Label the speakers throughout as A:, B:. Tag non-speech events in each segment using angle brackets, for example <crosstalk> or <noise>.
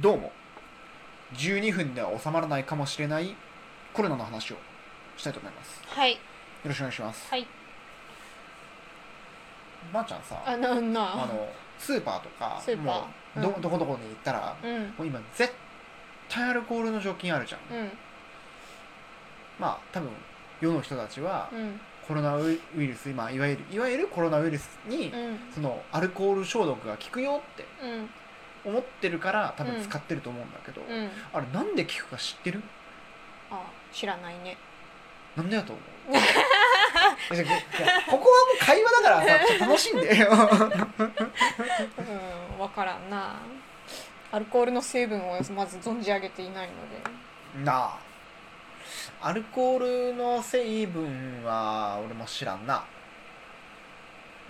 A: どうも12分では収まらないかもしれないコロナの話をしたいと思いますよ
B: はい
A: ろしくお願いします
B: はい
A: まー、ちゃんさ
B: あなな
A: あのスーパーとか
B: スーパ
A: もう
B: ーうん
A: どどこどこに行ったら、
B: うんうん
A: もう今絶対アルコールの除菌あるじゃん、まあ多分世の人たちは
B: うん
A: コロナウイルス今いわゆるいわゆるコロナウイルスに、
B: うん
A: そのアルコール消毒が効くよって
B: うん
A: 思ってるから多
B: う
A: 分
B: ん
A: 使ってると思うんだけど、
B: うん
A: あれなんで効くか知ってる
B: あ知らないね
A: なんでだと思ういやいやここはもう会話だからさちょっと楽しんで <laughs> よ
B: うんわからんなアルコールの成分をまず存じ上げていないので
A: なあアルコールの成分は俺も知らんな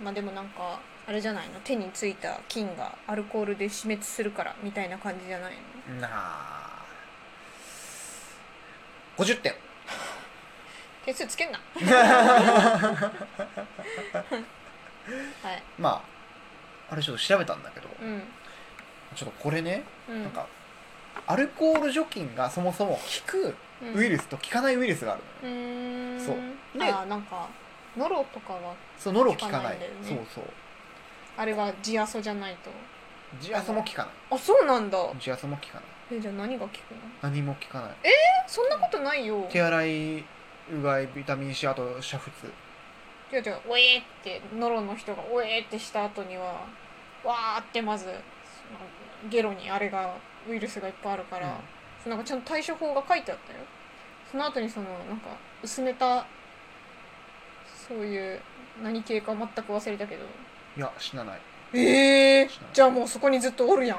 B: まあでもなんかあれじゃないの手についた菌がアルコールで死滅するからみたいな感じじゃないの
A: なあ50点
B: 点数つけん
A: <laughs>
B: なはい
A: まああれちょっと調べたんだけど、
B: うん
A: ちょっとこれね、
B: うん
A: なんかアルコール除菌がそもそも効くウイルスと効かないウイルスがあるのよ、
B: うんうーん
A: そうで
B: あーなんかノロとかは
A: そうノロ効かない
B: 効かないんだよね
A: そうそう
B: あれはジアソじゃないと
A: ジアソも効かな
B: あそうなんだ
A: いジアソも効かない
B: えじゃあ何が効くの
A: 何も効かない
B: えそんなことないよ
A: 手洗いうがいビタミン C あと煮沸
B: 違う違う「おえ!」ってノロの人が「おえ!」ってした後にはわーってまずそのゲロにあれがウイルスがいっぱいあるから、
A: うん
B: そのなんかちゃんと対処法が書いてあったよその後にそのなんか薄めたそういう何系か全く忘れたけど
A: いや死なない
B: ええ
A: 知らない
B: じゃあもうそこにずっとおるや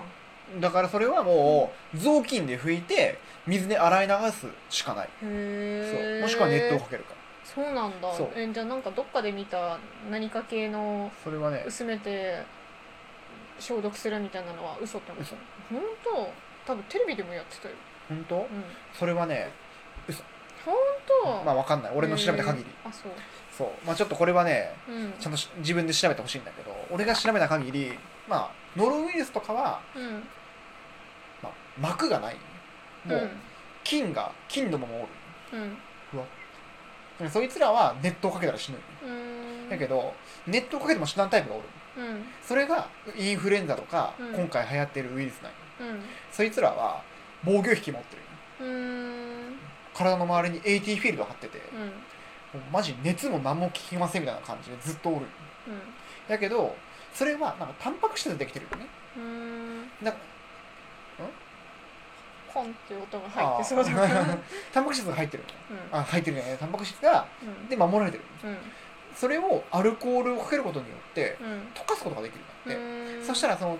B: ん
A: だからそれはもう雑巾で拭いて水で洗い流すしかない、
B: へ
A: そ
B: え
A: うもしくは熱湯をかけるか
B: そうなんだ
A: そう
B: えじゃあなんかどっかで見た何か系の
A: それはね
B: 薄めて消毒するみたいなのは嘘って思った
A: 嘘
B: 本当多分テレビでもやってたよ、
A: 本当
B: うん、
A: それはね
B: 本当
A: まあわかんない俺の調べた限り
B: へーあそう
A: そうまあちょっとこれはね
B: うん
A: ちゃんとし自分で調べてほしいんだけど俺が調べた限りまあノロウイルスとかは、
B: うん
A: まあ、膜がないも
B: うん
A: う菌が菌どももおる
B: うん
A: でもそいつらは熱湯をかけたら死ぬ
B: うーん
A: だけど熱湯をかけても死なんタイプがおる
B: うん
A: それがインフルエンザとか、
B: うん
A: 今回流行ってるウイルスなんよ
B: うん
A: そいつらは防御壁持ってるよ
B: うーん
A: 体の周りに AT フィールド張ってて、
B: うん
A: もうマジ熱も何も効きませんみたいな感じでずっとおるよだけどそれはなんかタンパク質でできてるよね
B: うんうーん
A: なんか
B: コンっていう音が入っ
A: あ
B: て
A: ー
B: そうだから
A: <laughs> タンパク質が入ってるのね
B: うん
A: あ入ってるじゃないタンパク質が
B: うん
A: で守られてる
B: うん
A: それをアルコールをかけることによって
B: うん
A: 溶かすことができるんだって、
B: うーん
A: そしたらその,、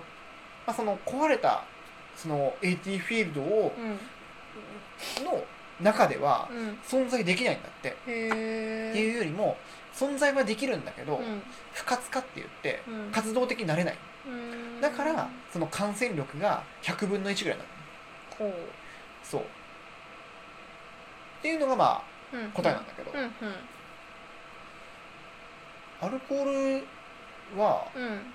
A: まあ、その壊れたその AT フィールドを
B: うん
A: の中では
B: うん
A: 存在できないんだって、
B: へえ
A: っていううよりも存在はできるんだけど、
B: ん
A: 不活化って言って
B: うん
A: 活動的になれない、
B: うん
A: だからその感染力が100分の1ぐらいになる
B: こう
A: そうっていうのがまあ答えなんだけど、
B: うん
A: アルコールは
B: うんうん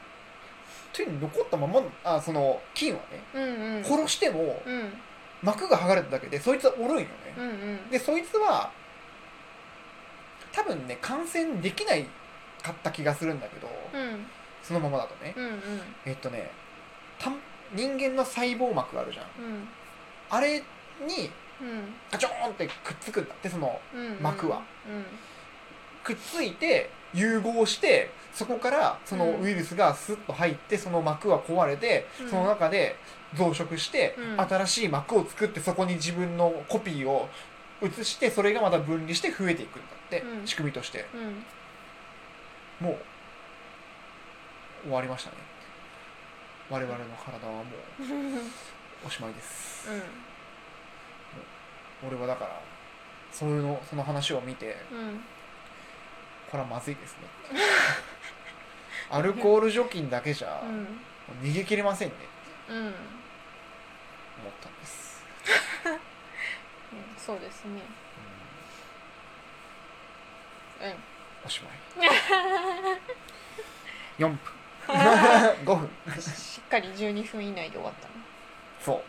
A: 手に残ったままあその菌はね
B: うんうん
A: 殺しても
B: うんうん
A: 膜が剥がれただけでそいつはおるんよね、
B: うん
A: でそいつは多分ね感染できないかった気がするんだけど、
B: うん
A: そのままだとね、
B: うんうん
A: えっとねたん人間の細胞膜あるじゃん
B: うん
A: あれに
B: うん
A: ガチョーンってくっつくんだってその
B: うんうん
A: 膜は
B: うん
A: くっついて融合してそこからその
B: うん
A: ウイルスがスッと入ってその膜は壊れて、
B: うん
A: その中で増殖して、
B: うん
A: 新しい膜を作ってそこに自分のコピーを移してそれがまた分離して増えていくんだって、
B: うん
A: 仕組みとして
B: うん
A: もう終わりましたね我々の体はも
B: うん
A: うおしまいです、俺はだからそういうのその話を見て
B: うん
A: これはまずい
B: <laughs>
A: ですねアルコール除菌だけじゃ、
B: うん
A: 逃げ切れませんね
B: うん
A: 思ったんです、
B: そうですね
A: うん
B: うん
A: おしま
B: <laughs>
A: い4分5分
B: しっかり12分以内で終わった
A: そうっ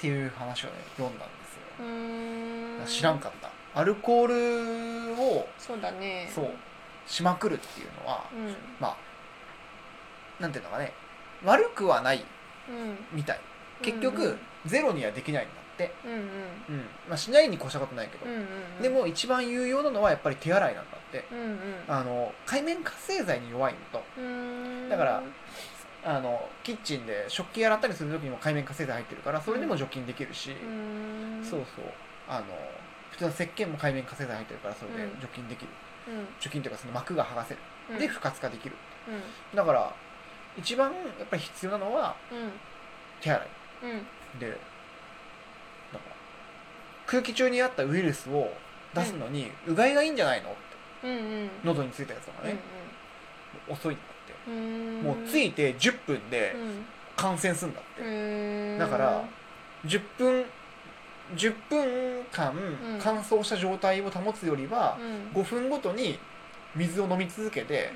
A: ていう話をね読んだんですよ
B: うーん
A: 知らんかったアルコールを
B: そうだね
A: そうしまくるっていうのは
B: うん
A: まあなんていうのかね悪くはない
B: うん
A: みたい結局、
B: うん
A: ゼロにはできないんだって、
B: うんうん
A: うんまあ、しないに越したことないけど
B: う、んうんうん
A: でも一番有用なのはやっぱり手洗いなんだって
B: うんうん
A: あの海面活性剤に弱いのと
B: うーん
A: だからあのキッチンで食器洗ったりする時にも海面活性剤入ってるからそれでも除菌できるし、
B: うーん
A: そうそうあの普通の石鹸も海面活性剤入ってるからそれで
B: うん
A: 除菌できる、
B: うん
A: 除菌というかその膜が剥がせる
B: うん
A: で不活化できる
B: うん
A: だから一番やっぱり必要なのは
B: うん
A: 手洗い
B: うん
A: でなんか空気中にあったウイルスを出すのにうがいがいいんじゃないのって
B: うんうん
A: 喉についたやつとかね、遅いんだっ
B: うんうん
A: て
B: うーん
A: もうついて10分で
B: うん
A: 感染するんだって、
B: へー
A: だから10分10分間
B: ん
A: 乾燥した状態を保つよりは
B: うんう
A: 5
B: ん
A: 分ごとに水を飲み続けて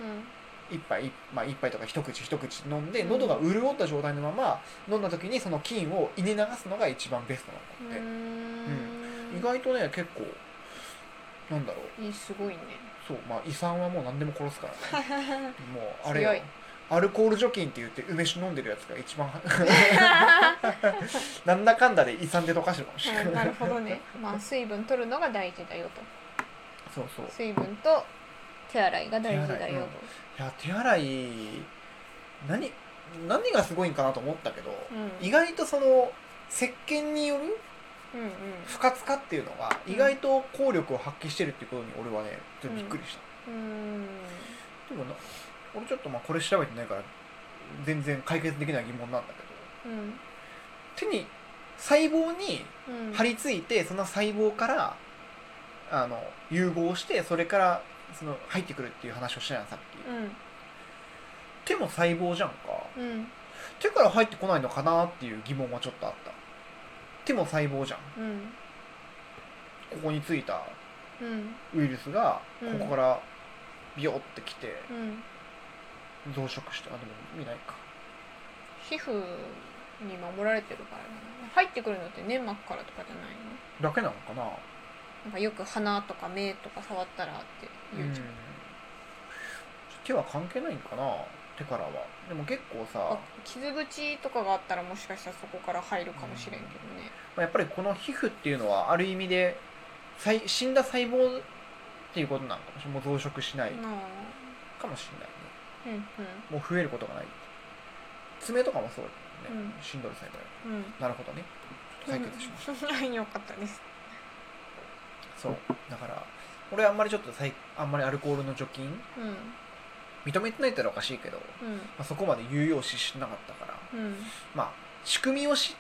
B: うん
A: 1杯、まあ、一杯とか一口一口飲んで
B: うん
A: 喉が潤った状態のまま飲んだ時にその菌を胃に流すのが一番ベストなんだって、意外とね結構なんだろう
B: いいすごい
A: <laughs>
B: ね
A: そうまあ胃酸はもう何でも殺すからね
B: <laughs>
A: もうあれ
B: 強
A: よ
B: い
A: アルコール除菌って言って梅酒飲んでるやつが一
B: <laughs>
A: 番 <laughs> なんだかんだで胃酸で溶かしてるかもしれ
B: うん
A: な
B: ないるほどねまあ水分取るのが大事だよ
A: そうそう
B: と水分と手洗いが大事
A: 手
B: だ
A: 洗い
B: よ
A: いや手洗い何何がすごいんかなと思ったけど、
B: とうん
A: 意外とその石鹸による
B: うんうん
A: 不活化っていうのが意外と効力を発揮してるっていうことに俺はねちょっとびっくりした、
B: うーん
A: でもな俺ちょっとまあこれ調べてないから全然解決できない疑問なんだけど
B: うん
A: 手に細胞に
B: うん
A: 張り付いてその細胞からあの融合してそれからその入ってくるっていう話をしたやんさっき、
B: うん
A: 手も細胞じゃんか
B: うん
A: 手から入ってこないのかなっていう疑問はちょっとあった手も細胞じゃん
B: うん
A: ここについた
B: うん
A: ウイルスが
B: うん
A: ここからビヨってきて
B: うん
A: 増殖してあでも見ないか
B: 皮膚に守られてるからな入ってくるのって粘膜からとかじゃないの
A: だけなのかな
B: なんかよく鼻とか目とか触ったらって言うじゃん、
A: 手は関係ないんかな手からはでも結構さ、
B: あ傷口とかがあったらもしかしたらそこから入るかもしれんけどね
A: まあやっぱりこの皮膚っていうのはある意味で細死んだ細胞っていうことなのかもしれないもう増殖しない
B: なあ
A: かもしれないね
B: うんうん
A: もう増えることがない爪とかもそうだよね、
B: う
A: 死んどる細胞
B: うん
A: なるほどね解決しまし
B: うんよかったです
A: た、そうだから俺あんまりちょっとさいあんまりアルコールの除菌
B: うんうん
A: 認めてないって言ったらおかしいけど、まあ、そこまで有用視しなかったから
B: うん
A: まあ仕組みを知っ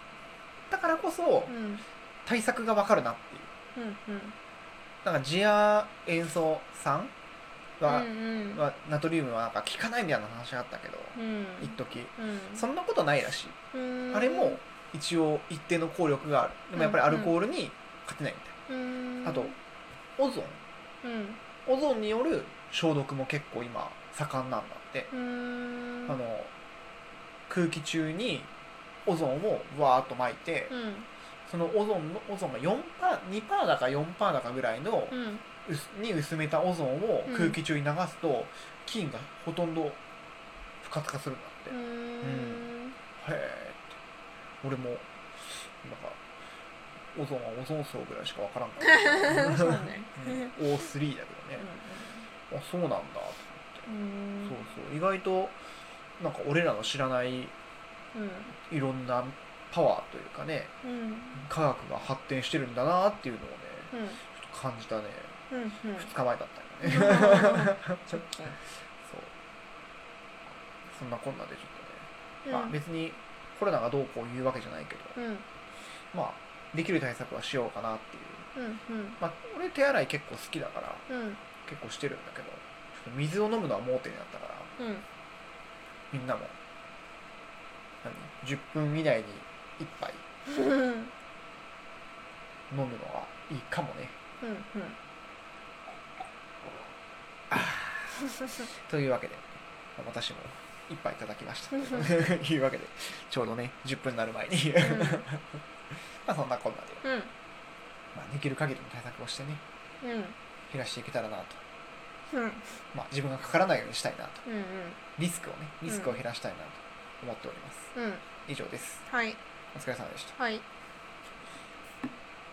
A: たからこそ
B: うんうん
A: 対策がわかるなっていう
B: うん
A: なんか次亜塩素酸は、
B: うん
A: はナトリウムはなんか効かないみたいな話があったけど
B: うん
A: 一時
B: うん
A: そんなことないらしい、
B: うん
A: あれも一応一定の効力があるでもやっぱりアルコールに勝てないみたい
B: うん
A: な、あとオゾン
B: うん
A: オゾンによる消毒も結構今盛んなんだって、
B: うん
A: あの空気中にオゾンをわーっと撒いて、
B: うん
A: そのオゾンのオゾンが4パー2パーだか4パーだかぐらいの
B: うん
A: 薄に薄めたオゾンを
B: うん
A: 空気中に流すと、菌がほとんど不活化するんだって、
B: う
A: へ
B: ん
A: えって俺もなんかオゾンはオゾン層ぐらいしかわからん
B: <laughs>
A: から、
B: そうね
A: うん O3 だけどね、あそうなんだ、
B: うん
A: そうそう意外となんか俺らの知らないい
B: うん
A: ろんなパワーというかね
B: うん
A: 科学が発展してるんだなっていうのをね
B: うん
A: ちょっと感じたね
B: うんうん
A: 2日前だったよね
B: <laughs> 直
A: そ
B: 近
A: うそんなこんなでちょっとね
B: うん
A: まあ別にコロナがどうこう言うわけじゃないけど、
B: うん
A: まあできる対策はしようかなっていう。
B: うんうん
A: まあ俺手洗い結構好きだから
B: うん
A: 結構してるんだけど、ちょっと水を飲むのは盲点だったから、
B: うん
A: みんなも、何 ?10 分以内に1杯
B: うん
A: 飲むのはいいかもね。
B: うん
A: というわけで、まあ私も一杯いただきま
B: <laughs>
A: した
B: うん
A: というわけでちょうどね10分になる前に
B: ん
A: <laughs> まあそんなこんなで、
B: うん
A: まあ、できる限りの対策をしてね
B: うん
A: 減らしていけたらなと、
B: うん
A: まあ、自分がかからないようにしたいなと
B: うん
A: リスクをねリスクを
B: うん
A: 減らしたいなと思っております、
B: うんうん
A: 以上です
B: はい
A: お疲れ様でした
B: はい